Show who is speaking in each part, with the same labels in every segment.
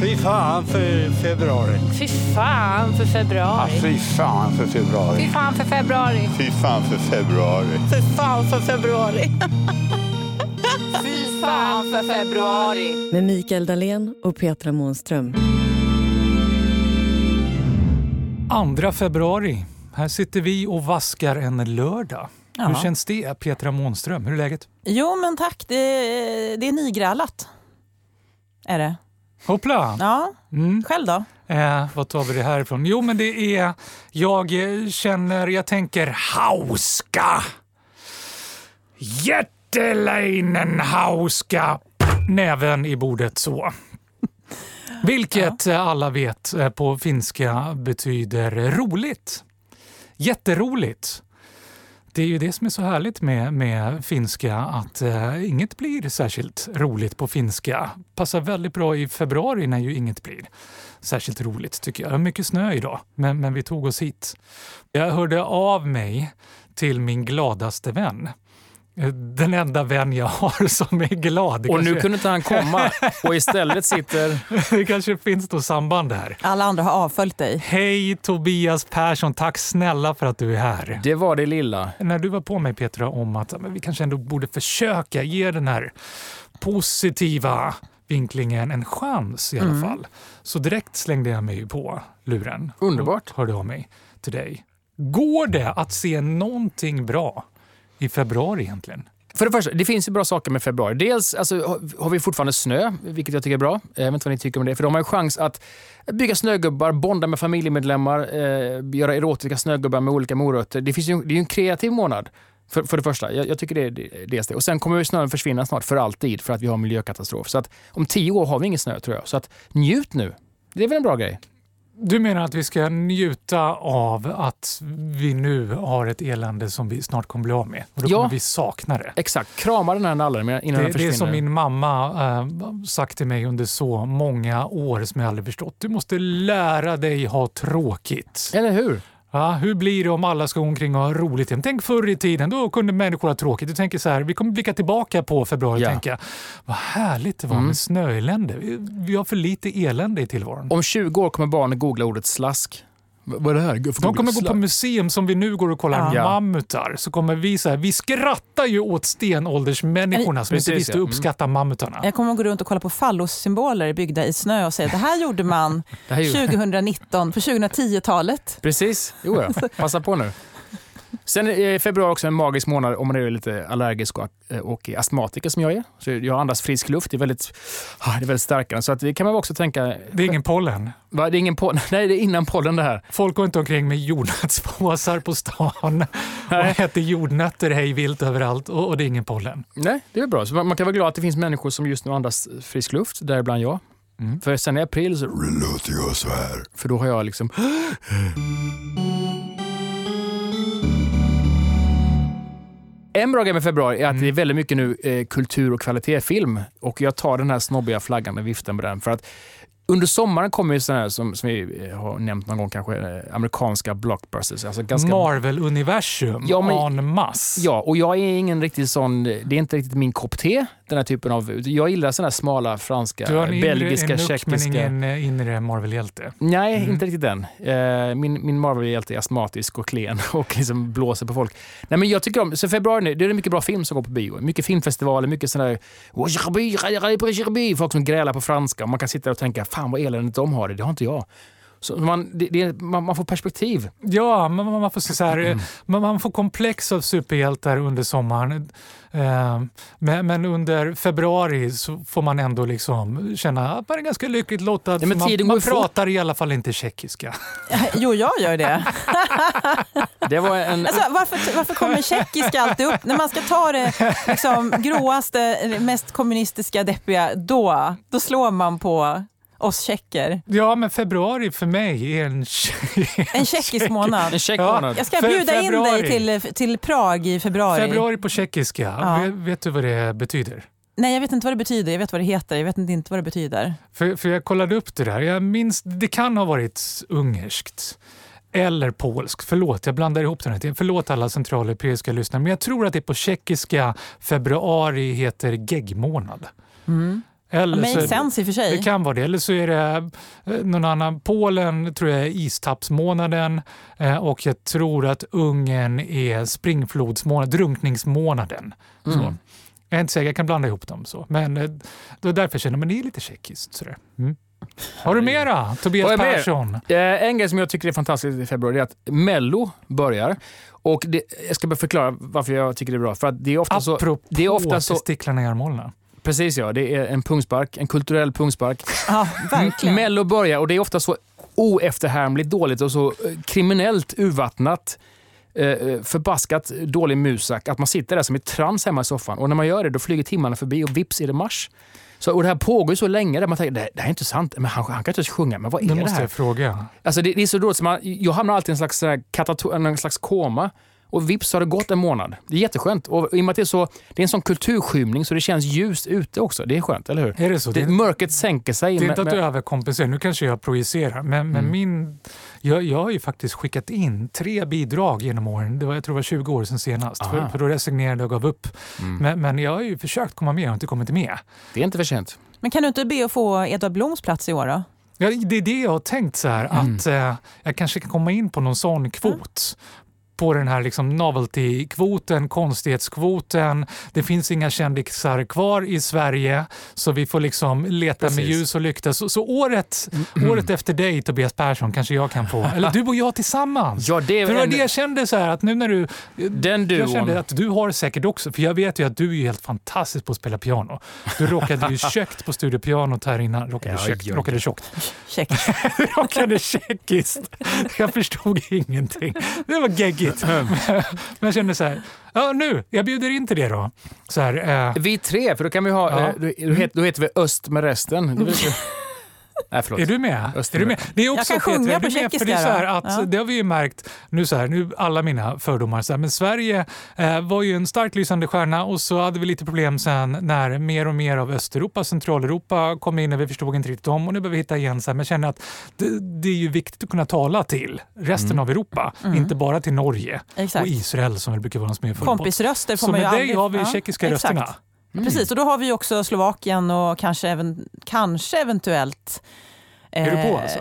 Speaker 1: Fy fan för februari.
Speaker 2: Fy fan för februari.
Speaker 1: Fy fan för februari.
Speaker 2: Fy fan för februari.
Speaker 3: Fy fan för februari.
Speaker 2: Fy fan för februari. Fy fan för februari.
Speaker 4: med Mikael Dahlén och Petra Månström.
Speaker 5: 2 februari. Här sitter vi och vaskar en lördag. Hur känns det, Petra Månström? Hur är läget?
Speaker 6: Jo men tack, det, det är nygrälat. Är det.
Speaker 5: Hoppla!
Speaker 6: Ja,
Speaker 5: Mm.
Speaker 6: själv då?
Speaker 5: Eh, vad tar vi det här ifrån? Jo, men det är... Jag eh, känner... Jag tänker hauska. Jätteleinen hauska. Näven i bordet så. Vilket eh, alla vet eh, på finska betyder roligt. Jätteroligt. Det är ju det som är så härligt med, med finska, att eh, inget blir särskilt roligt på finska. Passar väldigt bra i februari när ju inget blir särskilt roligt tycker jag. Det var mycket snö idag, men, men vi tog oss hit. Jag hörde av mig till min gladaste vän. Eh, Den enda vän jag har som är glad. Det
Speaker 7: Och
Speaker 5: kanske,
Speaker 7: nu kunde inte han komma och istället sitter...
Speaker 5: det kanske finns då samband där.
Speaker 6: Alla andra har avföljt dig.
Speaker 5: Hej Tobias Persson, tack snälla för att du är här.
Speaker 7: Det var det lilla.
Speaker 5: När du var på mig Petra om att ja, men vi kanske ändå borde försöka ge den här positiva vinklingen en chans i alla
Speaker 7: Mm.
Speaker 5: fall. Så direkt slängde jag mig ju på luren.
Speaker 7: Underbart.
Speaker 5: Och Hörde av mig till dig. Går det att se någonting bra i februari egentligen?
Speaker 7: För det första, det finns ju bra saker med februari. Dels alltså, har- har vi fortfarande snö, vilket jag tycker är bra. Jag vet inte vad ni tycker om det. För de har en chans att bygga snögubbar, bonda med familjemedlemmar, eh, göra erotiska snögubbar med olika morötter. Det, finns ju, det är ju en kreativ månad. För, för det första, jag, jag tycker det är det- dels det. Och sen kommer ju snön försvinna snart för alltid för att vi har en miljökatastrof. Så att om tio år har vi ingen snö tror jag. Så att njut nu. Det är väl en bra grej?
Speaker 5: Du menar att vi ska njuta av att vi nu har ett elände som vi snart kommer bli av med? Och då
Speaker 7: Ja.
Speaker 5: kommer vi sakna det.
Speaker 7: Exakt. Krama den här nallen innan
Speaker 5: Det,
Speaker 7: den
Speaker 5: det
Speaker 7: försvinner.
Speaker 5: är som min mamma eh, sagt till mig under så många år som jag aldrig förstått. Du måste lära dig ha tråkigt.
Speaker 7: Eller hur?
Speaker 5: Ja, hur blir det om alla ska gå omkring och ha roligt? igen? Tänk förr i tiden, då kunde människor ha tråkigt. Du tänker så här, vi kommer blicka tillbaka på februari och
Speaker 7: Ja. Mm.
Speaker 5: tänka, vad härligt det var med snöelände. Vi, vi har för lite elände i tillvaron.
Speaker 7: Om 20 år kommer barnen googla ordet slask. V- Vad är det här? För
Speaker 5: De
Speaker 7: googla
Speaker 5: kommer gå på
Speaker 7: slask.
Speaker 5: museum som vi nu går och kollar
Speaker 7: Ja.
Speaker 5: mammutar. Så kommer vi så här, vi skrattar ju åt stenåldersmänniskorna som inte
Speaker 7: Precis,
Speaker 5: visste
Speaker 7: ja. Mm.
Speaker 5: uppskatta mammutarna.
Speaker 6: Jag kommer att gå runt och kolla på fallossymboler byggda i snö och säga det här gjorde man
Speaker 7: Det här är ju-
Speaker 6: 2019, på 2010-talet.
Speaker 7: Precis. Jo, ja. Passa på nu. Sen är februari också en magisk månad om man är lite allergisk och, och är astmatiker som jag är. Så jag andas frisk luft. Det är väldigt, ah, det är väldigt starkare. Så att det kan man också tänka...
Speaker 5: Det är ingen pollen.
Speaker 7: Va, det är ingen poll, nej, det är innan pollen det här.
Speaker 5: Folk går inte omkring med jordnötspåsar på stan och äter jordnötter hej vilt överallt och, och det är ingen pollen.
Speaker 7: Nej, det är väl bra. Så man, man kan vara glad att det finns människor som just nu andas frisk luft, däribland jag. För sen i april så Mm. låter jag så här. För då har jag liksom... En bra grej med februari är att det är väldigt mycket nu eh, kultur och kvalitetsfilm. Och jag tar den här snobbiga flaggan med viften med den. För att under sommaren kommer ju sådana här, som, som vi eh, har nämnt någon gång kanske, eh, amerikanska blockbusters. Alltså ganska
Speaker 5: Marvel-universum
Speaker 7: Ja, men-
Speaker 5: en masse.
Speaker 7: Ja, och jag är ingen riktig sån, det är inte riktigt min kopp te, den här typen av, jag gillar såna här smala franska,
Speaker 5: du har en inre
Speaker 7: belgiska,
Speaker 5: belgiska, nuck, men
Speaker 7: tjeckiska.
Speaker 5: ingen Mhm. eh, inre Marvel-hjälte.
Speaker 7: Nej, inte riktigt den. Eh, Min, min Marvel-hjälte är astmatisk och klen och liksom blåser på folk. Nej, men jag tycker om, så februari nu, det är mycket bra film som går på bio. Mycket filmfestivaler, mycket sådana där... Folk som grälar på franska och man kan sitta där och tänka, fan vad eländigt de har det, det har inte jag. Så man, det, det, är- man, man får perspektiv.
Speaker 5: Ja, man, man, man får se så här, eh,
Speaker 7: Mm.
Speaker 5: man, man får komplex av superhjältar under sommaren. Eh, men, men under februari så får man ändå liksom känna att man är ganska lyckligt lottad.
Speaker 7: Ja, men
Speaker 5: för man
Speaker 7: tiden
Speaker 5: man
Speaker 7: går ju fort.
Speaker 5: pratar i alla fall inte tjeckiska.
Speaker 6: Jo, jag gör det.
Speaker 7: Det var en...
Speaker 6: Alltså, varför, varför kommer tjeckiska alltid upp? När man ska ta det liksom, gråaste, mest kommunistiska, deppiga, då, då slår man på oss tjecker.
Speaker 5: Ja, men februari för mig är en...
Speaker 6: En tjeckisk månad.
Speaker 7: En check
Speaker 5: Ja.
Speaker 7: månad.
Speaker 6: Jag ska
Speaker 5: Fe-
Speaker 6: bjuda in dig
Speaker 5: februari.
Speaker 6: till, till Prag i februari.
Speaker 5: Februari på tjeckiska,
Speaker 6: Ja.
Speaker 5: Ve- vet du vad det betyder?
Speaker 6: Nej, jag vet inte vad det betyder. Jag vet vad det heter. Jag vet inte vad det betyder.
Speaker 5: För, för jag kollade upp det där. Jag minns, det kan ha varit ungerskt eller polskt. Förlåt, jag blandar ihop den här. tiden. Förlåt alla centraleuropeiska lyssnare, men jag tror att det på tjeckiska februari heter geggmånad. Eller
Speaker 6: Makes
Speaker 5: så,
Speaker 6: sense i och för sig.
Speaker 5: Alltså, det kan vara det. Eller så är det eh, någon annan. Polen tror jag är istappsmånaden eh, och jag tror att Ungern är springflodsmånaden, drunkningsmånaden.
Speaker 7: Mm.
Speaker 5: Så. Jag är inte säker, jag kan blanda ihop dem. så. Men eh, det var därför jag känner, men det är lite tjeckiskt. Sådär. Mm. Har du mera,
Speaker 7: Har
Speaker 5: Tobias
Speaker 7: jag mer?
Speaker 5: Persson?
Speaker 7: Eh, En grej som jag tycker är fantastiskt i februari är att Mello börjar. Och det, jag ska bara förklara varför jag tycker det är bra. För att det är ofta så...
Speaker 5: Apropå
Speaker 7: det är ofta så-
Speaker 5: testiklarna i armhålorna.
Speaker 7: Precis ja, det är en pungspark, en kulturell pungspark.
Speaker 6: Ja, verkligen.
Speaker 7: Mello börjar och det är ofta så oefterhärmligt dåligt och så eh, kriminellt urvattnat, eh, eh, förbaskat dålig musak att man sitter där som i trans hemma i soffan. Och när man gör det då flyger timmarna förbi och vips är det mars. Så, och det här pågår ju så länge där man tänker, det här, det här är inte sant, men han, han kan inte ens sjunga, men vad är
Speaker 5: Nu
Speaker 7: det
Speaker 5: måste
Speaker 7: här?
Speaker 5: jag fråga.
Speaker 7: Alltså det, det är så dåligt, så man, jag hamnar alltid i en slags, så här katato- en slags koma. Och vips så har det gått en månad. Det är jätteskönt. Och i och med att det är, så, det är en sån kulturskymning så det känns ljust ute också. Det är skönt, eller hur?
Speaker 5: Är det så?
Speaker 7: Det,
Speaker 5: Det-
Speaker 7: mörkret sänker sig.
Speaker 5: Det är
Speaker 7: men-
Speaker 5: inte att
Speaker 7: men- Mm.
Speaker 5: du överkompenserar, nu kanske jag projicerar, men, men min, jag, jag har ju faktiskt skickat in tre bidrag genom åren. Det var, jag tror det var 20 år sedan senast, för,
Speaker 7: Aha. Mm.
Speaker 5: för då resignerade jag och gav upp. Men, men jag har ju försökt komma med och inte kommit med.
Speaker 7: det är inte för sent.
Speaker 6: Men kan du inte be att få Edvard Bloms plats i år då?
Speaker 5: Ja, det är det jag har tänkt, så här,
Speaker 7: Mm.
Speaker 5: att eh, jag kanske kan komma in på någon sån kvot. På den här liksom novelty-kvoten, konstighetskvoten. Det finns inga kändisar kvar i Sverige så vi får liksom leta med
Speaker 7: Precis. Mm.
Speaker 5: ljus och lykta. Så, så året, året efter dig Tobias Persson kanske jag kan få, eller du och jag tillsammans.
Speaker 7: Ja, det är
Speaker 5: För det var
Speaker 7: en-
Speaker 5: det jag kände så här att nu när du...
Speaker 7: Den
Speaker 5: Jag
Speaker 7: duon.
Speaker 5: kände att du har säkert också, för jag vet ju att du är ju helt fantastisk på att spela piano. Du råkade ju tjockt på studiopianot här innan. Råkade
Speaker 7: Ja,
Speaker 5: tjockt,
Speaker 7: ja, ja.
Speaker 5: råkade tjockt
Speaker 6: Check.
Speaker 5: plockade tjeckiskt. Jag förstod ingenting. Det var geggigt. Men jag kände så här, ja nu, jag bjuder in till det då. Så här, eh,
Speaker 7: Vi tre, för då kan vi ha...
Speaker 5: Ja.
Speaker 7: eh, Då, då, heter, då heter vi Öst med resten. Det är väl- Nej, förlåt.
Speaker 5: Mm. är du med? Är
Speaker 7: Österberg.
Speaker 5: du med? Det är också
Speaker 6: Jag kan sjunga
Speaker 5: Peter, är du
Speaker 6: på
Speaker 5: med?
Speaker 6: tjeckiska
Speaker 5: För det, är så här
Speaker 6: då.
Speaker 5: att,
Speaker 6: Ja.
Speaker 5: det har vi ju märkt, nu så här, nu alla mina fördomar, så här, men Sverige eh, var ju en starkt lysande stjärna och så hade vi lite problem sen när mer och mer av Östeuropa, Centraleuropa kom in och vi förstod inte riktigt dem och nu behöver vi hitta igen. Så här, men jag känner att det, det är ju viktigt att kunna tala till resten av Europa,
Speaker 6: Mm.
Speaker 5: inte bara till Norge
Speaker 6: Exakt.
Speaker 5: och Israel som väl brukar vara de som är full pott.
Speaker 6: Kompisröster får
Speaker 5: Så
Speaker 6: man ju
Speaker 5: med dig
Speaker 6: aldrig-
Speaker 5: har vi
Speaker 6: Ja,
Speaker 5: tjeckiska
Speaker 6: exakt.
Speaker 5: rösterna.
Speaker 7: Mm.
Speaker 5: Mm.
Speaker 6: Precis, och då har vi ju också Slovakien och kanske, även, kanske eventuellt
Speaker 5: Är du på
Speaker 6: eh,
Speaker 5: alltså?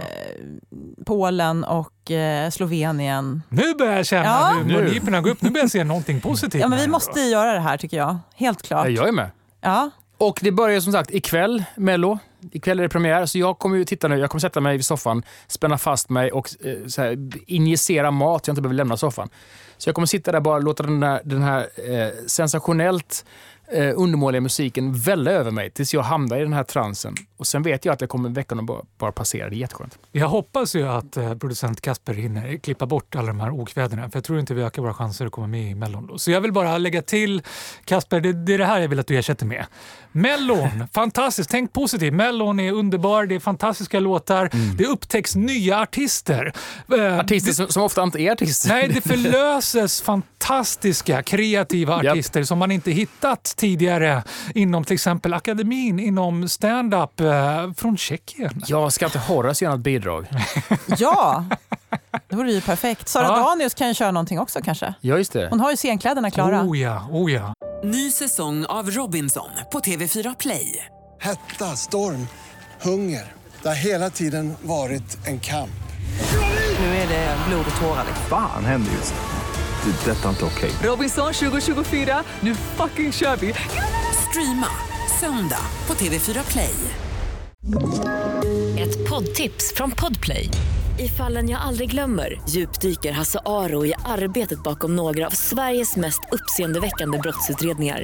Speaker 6: Polen och eh, Slovenien.
Speaker 5: Nu börjar jag känna
Speaker 6: Ja.
Speaker 5: hur mungiporna går upp. Nu börjar jag se någonting positivt.
Speaker 6: Ja, men
Speaker 5: här
Speaker 6: vi
Speaker 5: ändå.
Speaker 6: måste göra det här tycker jag. Helt klart.
Speaker 7: Ja, jag är med.
Speaker 6: Ja.
Speaker 7: Och det börjar som sagt ikväll, Mello. Ikväll är det premiär, så jag kommer ju titta nu. Jag kommer sätta mig i soffan, spänna fast mig och eh, så här, injicera mat så jag inte behöver lämna soffan. Så jag kommer sitta där och bara låta den här, den här eh, sensationellt eh, undermåliga musiken välla över mig tills jag hamnar i den här transen. Och sen vet jag att jag kommer veckan och bara, bara passera. Det är jätteskönt.
Speaker 5: Jag hoppas ju att eh, producent Kasper hinner klippa bort alla de här okväderna för jag tror inte vi ökar våra chanser att komma med i Mellon. då. Så jag vill bara lägga till, Kasper, det, det är det här jag vill att du ersätter med. Mellon, fantastiskt, tänk positivt. Mellon är underbar, det är fantastiska låtar, det upptäcks nya artister. Eh,
Speaker 7: Artister som, som ofta inte är artister.
Speaker 5: Nej, det förlöses fantastiska kreativa
Speaker 7: Japp.
Speaker 5: artister som man inte hittat tidigare inom till exempel akademin, inom stand-up eh, från Tjeckien.
Speaker 7: Jag ska inte Horace göra något bidrag?
Speaker 6: ja, det vore ju perfekt. Sara
Speaker 5: Ja.
Speaker 6: Danius kan ju köra någonting också kanske.
Speaker 7: Ja, just det.
Speaker 6: Hon har ju scenkläderna klara.
Speaker 5: Oh ja, oh ja.
Speaker 8: Ny säsong av Robinson på TV4 Play.
Speaker 9: Hetta, storm, hunger. Det har hela tiden varit en kamp.
Speaker 8: Nu är det blod och tårar. liksom.
Speaker 10: Fan händer just det. Det är detta inte okej.
Speaker 8: Robinson 2024, nu fucking kör vi! Streama söndag på TV4 Play.
Speaker 11: Ett poddtips från Podplay. I fallen jag aldrig glömmer djupdyker Hasse Aro i arbetet bakom några av Sveriges mest uppseendeväckande brottsutredningar.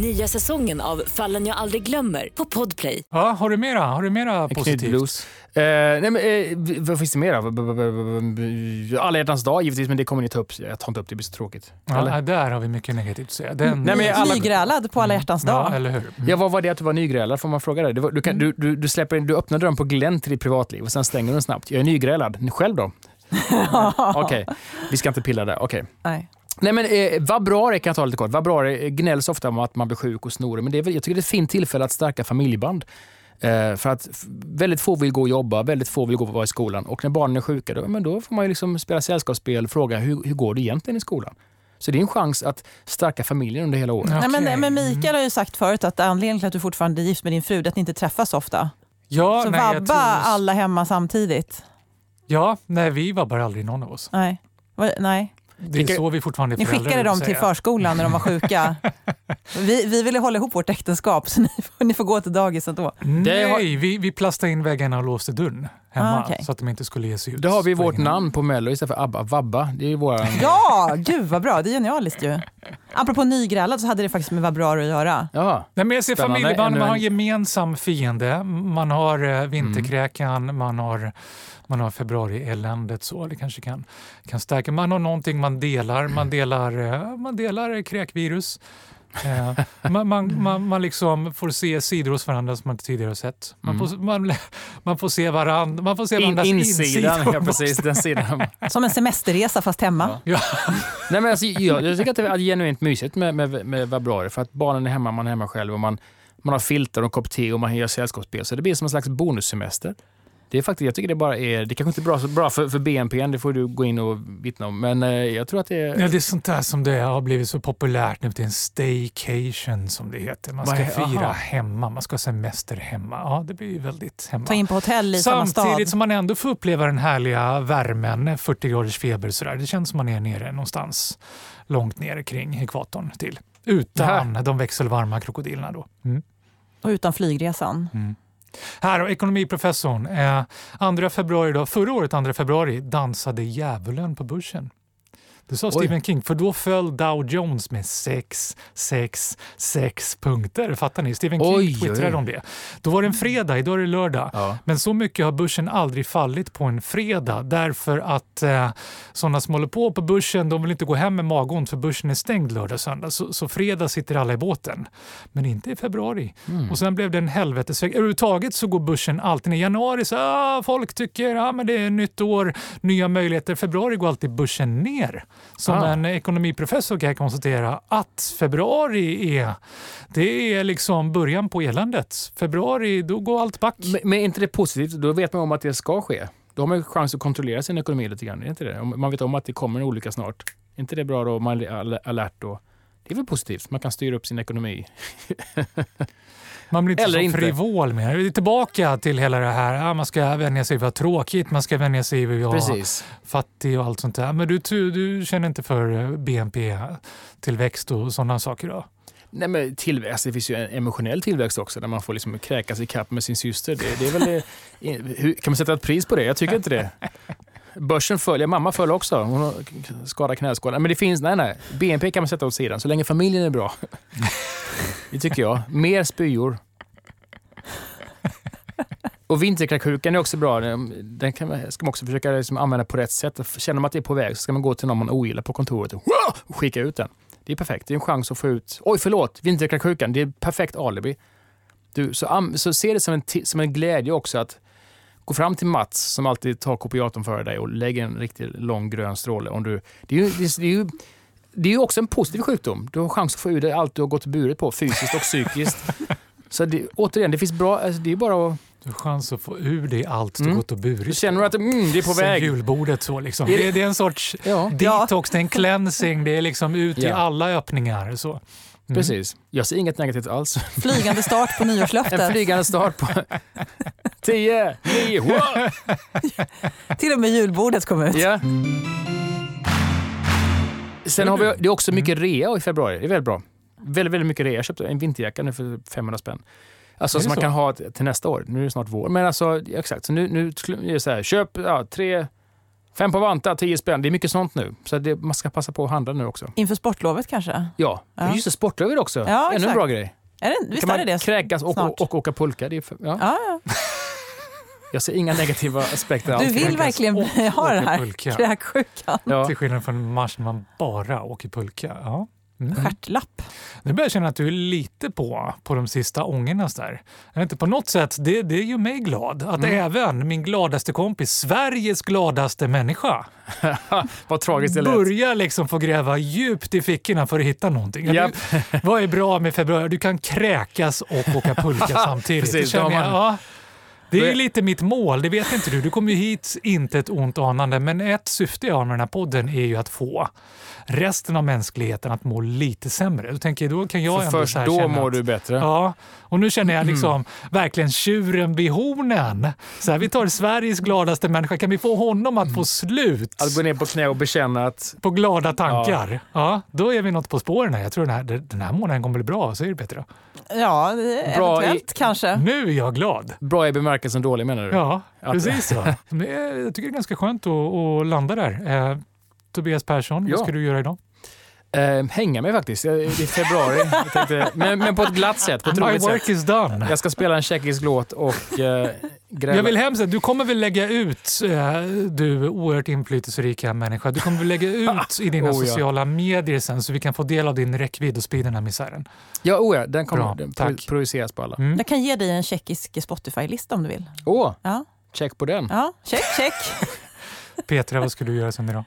Speaker 11: Nya säsongen av Fallen jag aldrig glömmer på Podplay.
Speaker 5: Ja, har du mera, har du mera positivt?
Speaker 7: Knutblues. Eh, nej men, eh, v- vad finns det mer? då? B- b- b- b- Alla hjärtans dag givetvis, men det kommer ni ta upp. Jag tar inte upp det, det blir så tråkigt. Eller?
Speaker 5: Ja, där har vi mycket negativt att säga.
Speaker 6: Mm.
Speaker 5: Den,
Speaker 7: Nej, men alla-
Speaker 6: Nygrälad på alla hjärtans dag.
Speaker 5: ja, eller hur?
Speaker 7: Ja, vad var det att du var nygrälad? Får man fråga det? Du, var- du, kan, du, du, du, släpper, in- du öppnar dörren på glänt till ditt privatliv och sen stänger du den snabbt. Jag är nygrälad. Själv då? Okej, vi ska inte pilla där. Okej.
Speaker 6: Nej.
Speaker 7: Nej men eh, vabrari kan jag ta lite kort. Vabrari eh, gnälls ofta om att man blir sjuk och snorig, men det är väl, jag tycker det är ett fint tillfälle att stärka familjeband. Eh, för att f- väldigt få vill gå och jobba, väldigt få vill gå och vara i skolan. Och när barnen är sjuka, då, men då får man ju liksom spela sällskapsspel och fråga hur, hur går det egentligen i skolan? Så det är en chans att stärka familjen under hela året.
Speaker 6: Nej,
Speaker 5: Okej.
Speaker 6: men, men Mikael har ju sagt förut att anledningen till att du fortfarande är gift med din fru det är att ni inte träffas ofta.
Speaker 5: Ja,
Speaker 6: så
Speaker 5: nej, jag
Speaker 6: vabba
Speaker 5: tror-
Speaker 6: alla hemma samtidigt.
Speaker 5: Ja, nej, vi vabbar aldrig någon av oss.
Speaker 6: Nej. Va- Nej.
Speaker 5: Det är
Speaker 7: Vilka-
Speaker 5: så vi fortfarande är
Speaker 6: Ni
Speaker 5: föräldrar,
Speaker 6: skickade
Speaker 5: vill
Speaker 6: dem till
Speaker 5: säga.
Speaker 6: förskolan när de var sjuka. Vi, vi ville hålla ihop vårt äktenskap så ni får, ni får gå till dagis ändå.
Speaker 7: Det har-
Speaker 5: Nej, vi, vi plastade in väggarna och låste dörren hemma
Speaker 6: Ah, okej.
Speaker 5: så att de inte skulle ge sig ut.
Speaker 7: Då har vi
Speaker 5: på
Speaker 7: vårt
Speaker 5: egen hand.
Speaker 7: namn på Mello istället för ABBA. Vabba, det är ju våra...
Speaker 6: Ja, gud vad bra. Det är genialiskt ju. Apropå nygrälad så hade det faktiskt med vad bra att göra.
Speaker 7: Ja.
Speaker 5: Nej, men jag ser
Speaker 7: Spännande.
Speaker 5: familjeband,
Speaker 7: Ännu
Speaker 5: man
Speaker 7: en- Mm.
Speaker 5: har en gemensam fiende. Man har eh, vinterkräkan, man har, man har februarieländet. Så det kanske kan, kan stärka. Man har någonting man delar. Man delar, eh, man delar eh, kräkvirus. Eh, man, man, man, man liksom får se sidor hos varandra som man inte tidigare har sett. Man, får, man, man får se varandra. Man får se
Speaker 7: Mm. In,
Speaker 5: varandras
Speaker 7: insidan,
Speaker 5: insidor.
Speaker 7: ja precis. Den sidan.
Speaker 6: Som en semesterresa fast hemma.
Speaker 5: Ja.
Speaker 7: Nej, men alltså, jag, jag tycker att det är genuint mysigt med, med, med Vabrari för att barnen är hemma, man är hemma själv och man, man har filter och en kopp te och man gör sällskapsspel. Så det blir som en slags bonussemester. Det är faktiskt, jag tycker det bara är, det kanske inte är bra, så bra för, för BNP, det får du gå in och vittna om, men eh, jag tror att det är...
Speaker 5: Ja, det är sånt där som det har blivit så populärt nu. Det är en staycation som det heter. Man ska
Speaker 7: Vad he-
Speaker 5: fira
Speaker 7: aha.
Speaker 5: hemma, man ska ha semester hemma. Ja, det blir ju väldigt hemma.
Speaker 6: Ta in på hotell i samma stad.
Speaker 5: Samtidigt som man ändå får uppleva den härliga värmen, 40 graders feber och sådär. Det känns som man är nere någonstans långt nere kring ekvatorn till. Utan de växelvarma krokodilerna då. Mm.
Speaker 6: Och utan flygresan.
Speaker 7: Mm.
Speaker 5: Här har ekonomiprofessorn. Eh, 2 februari då, förra året 2 februari dansade djävulen på börsen. Det sa
Speaker 7: Oj.
Speaker 5: Stephen King, för då föll Dow Jones med 6, 6, 6 punkter. Fattar ni? Stephen King
Speaker 7: Oj,
Speaker 5: twittrade
Speaker 7: oj.
Speaker 5: om det. Då var det en fredag, idag är det lördag.
Speaker 7: Mm. Ja.
Speaker 5: Men så mycket har börsen aldrig fallit på en fredag därför att eh, sådana som håller på på börsen de vill inte gå hem med magont för börsen är stängd lördag och söndag. Så, så fredag sitter alla i båten. Men inte i februari.
Speaker 7: Mm.
Speaker 5: Och sen blev det en helvetesväg. Överhuvudtaget så går börsen alltid ner. I januari så ah, folk tycker ah, men det är nytt år, nya möjligheter. Februari går alltid börsen ner. Som
Speaker 7: Ah.
Speaker 5: en ekonomiprofessor kan jag konstatera att februari är, det är liksom början på eländet. Februari, då går allt back.
Speaker 7: Men, men är inte det positivt? Då vet man om att det ska ske. Då har man ju chans att kontrollera sin ekonomi lite grann, är inte det? Om Man vet om att det kommer en olycka snart. Är inte det bra då? Man är al- alert då? Det är väl positivt? Man kan styra upp sin ekonomi.
Speaker 5: Man blir inte
Speaker 7: Eller
Speaker 5: så
Speaker 7: inte.
Speaker 5: frivol mer. Vi är tillbaka till hela det här, ah, man ska vänja sig vid vad tråkigt, man ska vänja sig vid vad fattig och allt sånt där. Men du, du, du känner inte för eh, BNP-tillväxt och sådana saker då?
Speaker 7: Nej, men tillväxt, det finns ju en emotionell tillväxt också där man får liksom kräkas i kapp med sin syster. Det, det är väl, eh, hur, kan man sätta ett pris på det? Jag tycker inte det. Börsen föll, ja, mamma föll också. Hon har k- skadat knäskålen. Men det finns, nej nej, BNP kan man sätta åt sidan så länge familjen är bra. Det tycker jag. Mer spyor. Och vinterkräksjukan är också bra. Den den kan, man- ska man också försöka liksom använda på rätt sätt. Känner man att det är på väg så ska man gå till någon man ogillar på kontoret och, "Wow!" och skicka ut den. Det är perfekt. Det är en chans att få ut... Oj, förlåt! Vinterkräksjukan. Det är ett perfekt alibi. Du, så, am- så se det som en, ti- som en glädje också att gå fram till Mats som alltid tar kopiatorn före dig och lägger en riktigt lång grön stråle. Om du, det, är ju, det, är, det, är ju, det är ju också en positiv sjukdom. Du har chans att få ur dig allt du har gått och burit på fysiskt och psykiskt. Så det, återigen, det finns bra... Alltså det är bara att...
Speaker 5: Du har chans att få ur dig allt du
Speaker 7: Mm.
Speaker 5: gått och
Speaker 7: Du
Speaker 5: burit.
Speaker 7: känner att mm, det är på
Speaker 5: Sen
Speaker 7: väg.
Speaker 5: julbordet så liksom.
Speaker 7: Är
Speaker 5: Det, det är en sorts
Speaker 7: Ja,
Speaker 5: detox, det är en cleansing, det är liksom ut i
Speaker 7: Ja.
Speaker 5: alla öppningar. Så.
Speaker 7: precis. Jag ser inget negativt alls.
Speaker 6: Flygande start på
Speaker 7: En
Speaker 6: nyårslöftet.
Speaker 7: flygande start på... 10, 9, wow!
Speaker 6: Till och med julbordet kom ut.
Speaker 7: Ja. Sen har vi, det är också mycket rea i februari. Det är väldigt bra. Väldigt, väldigt mycket rea. Jag köpte en vinterjacka nu för 500 spänn. Alltså
Speaker 5: Är det
Speaker 7: som man
Speaker 5: så?
Speaker 7: kan ha till nästa år. Nu är det snart vår. Men alltså, ja, exakt. Så nu, nu är det så här, köp ja, tre Fem på Vanta, tio spänn. Det är mycket sånt nu. Så det, man ska passa på att handla nu också.
Speaker 6: Inför sportlovet kanske?
Speaker 7: Ja,
Speaker 6: Ja.
Speaker 7: just det. Sportöver också.
Speaker 6: Ja,
Speaker 7: Ännu en
Speaker 6: exakt.
Speaker 7: bra grej.
Speaker 6: Är det, visst
Speaker 7: kan man
Speaker 6: är det det?
Speaker 7: kräkas och,
Speaker 6: snart?
Speaker 7: och, och åka pulka. Det är för, ja. Jag ser inga negativa aspekter alls.
Speaker 6: Du vill verkligen bli- ha det här
Speaker 5: åkerpulka.
Speaker 6: kräksjukan.
Speaker 7: Ja.
Speaker 5: Till skillnad från mars när man bara åker pulka. Ja. Mm.
Speaker 6: Stjärtlapp.
Speaker 5: Nu börjar jag känna att du är lite på, på de sista ångorna. så Där. Jag vet Inte på något sätt, det, det gör mig glad att
Speaker 7: Mm.
Speaker 5: även min gladaste kompis, Sveriges gladaste människa,
Speaker 7: Vad tragiskt det lät.
Speaker 5: börjar liksom få gräva djupt i fickorna för att hitta någonting. Ja,
Speaker 7: Japp.
Speaker 5: Du, vad är bra med februari? Du kan kräkas och åka pulka samtidigt.
Speaker 7: Precis,
Speaker 5: Det känner
Speaker 7: då har
Speaker 5: jag,
Speaker 7: man-
Speaker 5: ja. Det är ju
Speaker 7: Det-
Speaker 5: lite mitt mål, det vet inte du. Du kommer ju hit inte ett ont anande, men ett syfte jag har med den här podden är ju att få resten av mänskligheten att må lite sämre. Då tänker jag, då kan jag
Speaker 7: För
Speaker 5: ändå
Speaker 7: först
Speaker 5: så här
Speaker 7: då
Speaker 5: känna
Speaker 7: mår
Speaker 5: att,
Speaker 7: du bättre.
Speaker 5: Ja, och nu känner jag liksom verkligen tjuren vid hornen. Så här, vi tar Sveriges gladaste människa, kan vi få honom att få slut
Speaker 7: Att gå ner på knä och bekänna att...
Speaker 5: på glada tankar? Mm. Alltså, Ja. då är vi något på spåren här. Jag tror den här, den här månaden kommer bli bra, så är det Petra.
Speaker 6: Ja, det är
Speaker 7: Bra i- Mm.
Speaker 6: eventuellt kanske.
Speaker 5: Nu är jag glad.
Speaker 7: Bra i bemärkelsen dålig menar du?
Speaker 5: Ja,
Speaker 7: Att-
Speaker 5: precis så. Men eh, jag tycker det är ganska skönt att, att landa där. Eh, Tobias Persson,
Speaker 7: Ja.
Speaker 5: vad ska du göra idag?
Speaker 7: Ehm, hänga mig faktiskt. Jag- Det är februari. Jag tänkte, men, men på ett glatt sätt. På ett
Speaker 5: My
Speaker 7: roligt
Speaker 5: work
Speaker 7: sätt.
Speaker 5: is done.
Speaker 7: Jag ska spela en tjeckisk låt och eh, gräva.
Speaker 5: Jag vill hemskt att du kommer väl lägga ut, eh, du oerhört inflytelserika människa, du kommer väl lägga ut i dina
Speaker 7: Oh, ja.
Speaker 5: sociala medier sen så vi kan få del av din räckvidd och sprida den här misären.
Speaker 7: Ja, oh ja, den
Speaker 5: Bra,
Speaker 7: kommer den pro-
Speaker 5: tack.
Speaker 7: projiceras på alla.
Speaker 5: Mm.
Speaker 6: Jag kan ge dig en tjeckisk Spotify-lista om du vill.
Speaker 7: Åh,
Speaker 6: Ja,
Speaker 7: check på den.
Speaker 6: ja. check, check.
Speaker 5: Petra, vad ska du göra sen idag?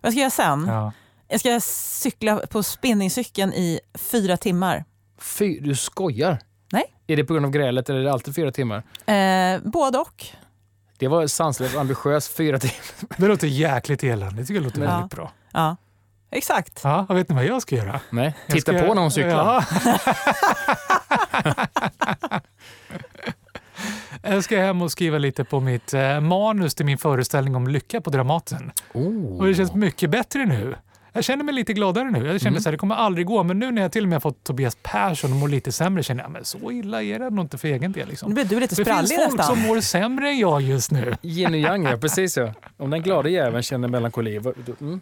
Speaker 6: Vad ska jag göra sen?
Speaker 7: Mm.
Speaker 5: Ja.
Speaker 6: Jag ska cykla på spinningcykeln i fyra timmar.
Speaker 7: Fy, du skojar.
Speaker 6: Nej.
Speaker 7: Är det på grund av grälet eller är det alltid fyra timmar?
Speaker 6: Eh, både och.
Speaker 7: Det var sanslöst ambitiöst. Fyra timmar.
Speaker 5: Det låter jäkligt elände, det tycker jag låter
Speaker 6: Ja.
Speaker 5: väldigt bra.
Speaker 6: Ja, exakt.
Speaker 5: Ja, jag vet inte vad jag ska göra.
Speaker 7: Nej,
Speaker 5: Jag
Speaker 7: titta
Speaker 5: ska-
Speaker 7: på när hon cyklar.
Speaker 5: Ja. jag ska hem och skriva lite på mitt eh, manus till min föreställning om lycka på Dramaten.
Speaker 7: Oh.
Speaker 5: Och det känns mycket bättre nu. Jag känner mig lite gladare nu. Jag kände
Speaker 7: Mm.
Speaker 5: så här, det kommer aldrig gå. Men nu när jag till och med har fått Tobias Persson att må lite sämre känner jag, men så illa är det nog inte för egen del.
Speaker 6: Nu
Speaker 5: Liksom.
Speaker 6: blir du lite
Speaker 5: Det finns
Speaker 6: sprallig
Speaker 5: folk
Speaker 6: nästan.
Speaker 5: som mår sämre än jag just nu.
Speaker 7: Yin och yang, ja. Precis ja. Om den glada jäveln känner melankoli. vad- då- Mm.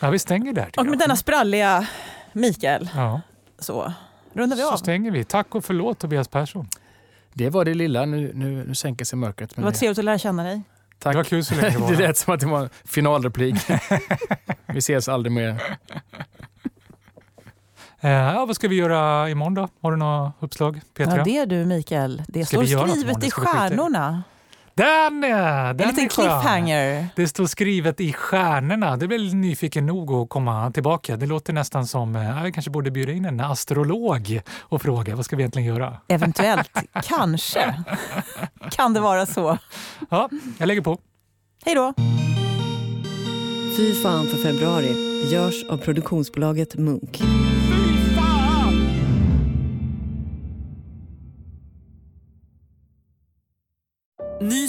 Speaker 5: Ja, vi stänger där. tycker
Speaker 6: Och med
Speaker 5: jag.
Speaker 6: denna spralliga Mikael
Speaker 5: Ja,
Speaker 6: så rundar vi
Speaker 5: så
Speaker 6: av.
Speaker 5: stänger vi. Tack och förlåt Tobias Persson.
Speaker 7: Det var det lilla. Nu, nu, nu sänker sig mörkret.
Speaker 6: Det
Speaker 7: men
Speaker 6: var
Speaker 7: det-
Speaker 6: trevligt att lära känna dig.
Speaker 7: Tack.
Speaker 5: Det var kul så länge det var.
Speaker 7: Det lät som att det var en finalreplik. Vi ses aldrig mer.
Speaker 5: Eh, ja, vad ska vi göra imorgon då? Har du några uppslag Petra?
Speaker 6: Ja, det är du Mikael. Det
Speaker 5: Ska
Speaker 6: står
Speaker 5: vi göra något
Speaker 6: skrivet
Speaker 5: imorgon?
Speaker 6: i
Speaker 5: Ska vi skita i det?
Speaker 6: stjärnorna.
Speaker 5: Den, är-
Speaker 6: En
Speaker 5: den
Speaker 6: liten
Speaker 5: är skön.
Speaker 6: cliffhanger.
Speaker 5: Det står skrivet i stjärnorna. Det är väl nyfiken nog att komma tillbaka. Det låter nästan som, eh, jag kanske borde bjuda in en astrolog och fråga vad ska vi egentligen göra?
Speaker 6: Eventuellt, kanske, kan det vara så.
Speaker 5: Ja, jag lägger på.
Speaker 6: Hej då!
Speaker 4: Fy fan för februari görs av produktionsbolaget Munk.
Speaker 8: Ny